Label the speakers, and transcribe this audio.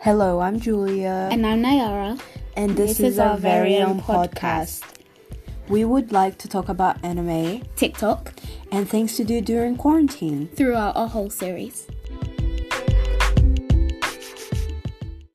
Speaker 1: Hello, I'm Julia,
Speaker 2: And I'm Nayara.
Speaker 1: and this, is, our very own podcast. We would like to talk about anime
Speaker 2: TikTok
Speaker 1: and things to do during quarantine.
Speaker 2: throughout our whole series.